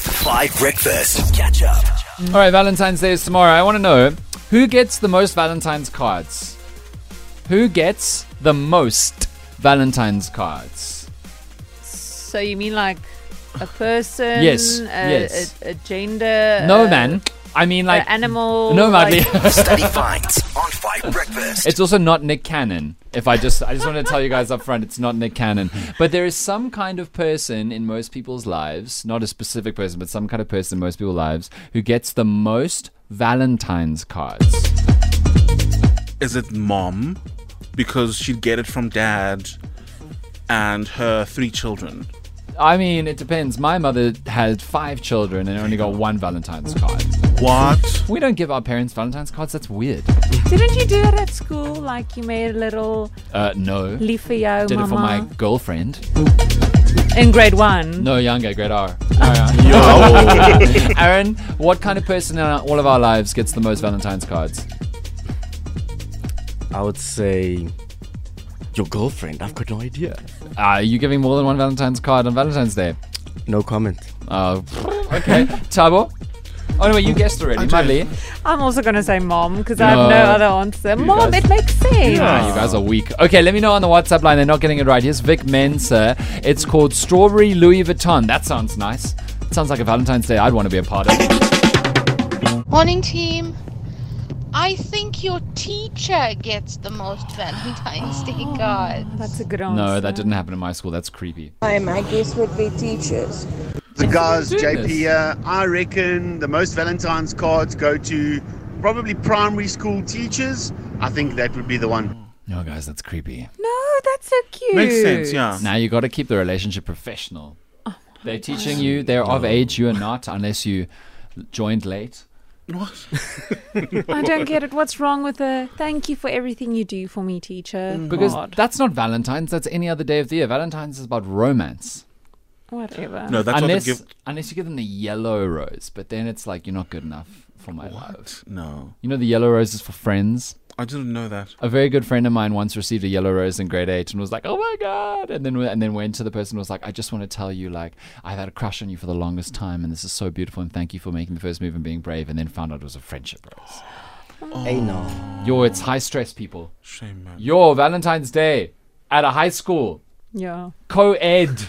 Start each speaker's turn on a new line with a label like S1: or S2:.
S1: Five Breakfast. Catch up.
S2: All right, Valentine's Day is tomorrow. I want to know who gets the most Valentine's cards. Who gets the most Valentine's cards?
S3: So you mean like a person?
S2: Yes,
S3: A,
S2: yes.
S3: A, a gender?
S2: no,
S3: a-
S2: man. I mean,
S3: An
S2: like
S3: animal?
S2: no,
S3: Uh, like-
S2: Madly.
S1: Study finds on Five Breakfast.
S2: It's also not Nick Cannon. If I just, I just want to tell you guys up front, it's not Nick Cannon. But there is some kind of person in most people's lives, not a specific person, but some kind of person in most people's lives who gets the most Valentine's cards.
S4: Is it mom? Because she'd get it from dad and her three children.
S2: I mean, it depends. My mother had five children and only got one Valentine's card.
S4: What?
S2: We don't give our parents Valentine's cards. That's weird.
S3: Didn't you do it at school? Like you made a little
S2: Uh, no.
S3: leaf for your
S2: Did it for my
S3: mama
S2: girlfriend.
S3: in grade one.
S2: No, younger, grade R. Alright.
S4: Yo.
S2: Aaron, what kind of person in our- all of our lives gets the most Valentine's cards?
S5: I would say your girlfriend. I've got no idea.
S2: Uh, Are you giving more than one Valentine's card on Valentine's Day?
S5: No comment.
S2: Uh, okay. Tabo? Oh, no, wait, you guessed already. Madly.
S3: I'm also gonna say mom because I
S2: No.
S3: have no other answer. Mom,
S2: guys-
S3: it makes sense.
S2: Ah, you guys are weak. Okay, let me know on the WhatsApp line. They're not getting it right. Here's Vic Mensa. It's called Strawberry Louis Vuitton. That sounds nice. Sounds like a Valentine's Day I'd want to be a part of.
S6: Morning, team. I think your teacher gets the most Valentine's Day cards.
S3: That's a good answer.
S2: No, that didn't happen in my school. That's creepy.
S7: Hi, my guess would be teachers.
S8: The guys,
S2: doing
S8: JP
S2: this?
S8: here. uh, I reckon the most Valentine's cards go to probably primary school teachers. I think that would be the one.
S2: No, guys, that's creepy.
S3: No, that's so cute.
S4: Makes sense, yeah.
S2: Now you got to keep the relationship professional. They're teaching you they're of age, you are not, unless you joined late.
S4: What?
S3: I don't get it. What's wrong with a thank you for everything you do for me, teacher?
S4: Mm.
S2: Because
S3: God.
S2: that's not Valentine's, that's any other day of the year. Valentine's is about romance.
S3: whatever.
S4: No, that's
S2: unless,
S4: what the gift.
S2: unless you give them the yellow rose, but then it's like, you're not good enough for my love.
S4: No.
S2: You know, the yellow rose is for friends.
S4: I didn't know that.
S2: A very good friend of mine once received a yellow rose in grade eight and was like, "Oh my god!" and then and then went to the person and was like, "I just want to tell you, like, I've had a crush on you for the longest time, and this is so beautiful, and thank you for making the first move and being brave." And then found out it was a friendship rose.
S5: Hey, no.
S2: Yo, it's high stress, people.
S4: Shame, man.
S2: Yo, Valentine's Day at a high school,
S3: Yeah.
S2: co-ed,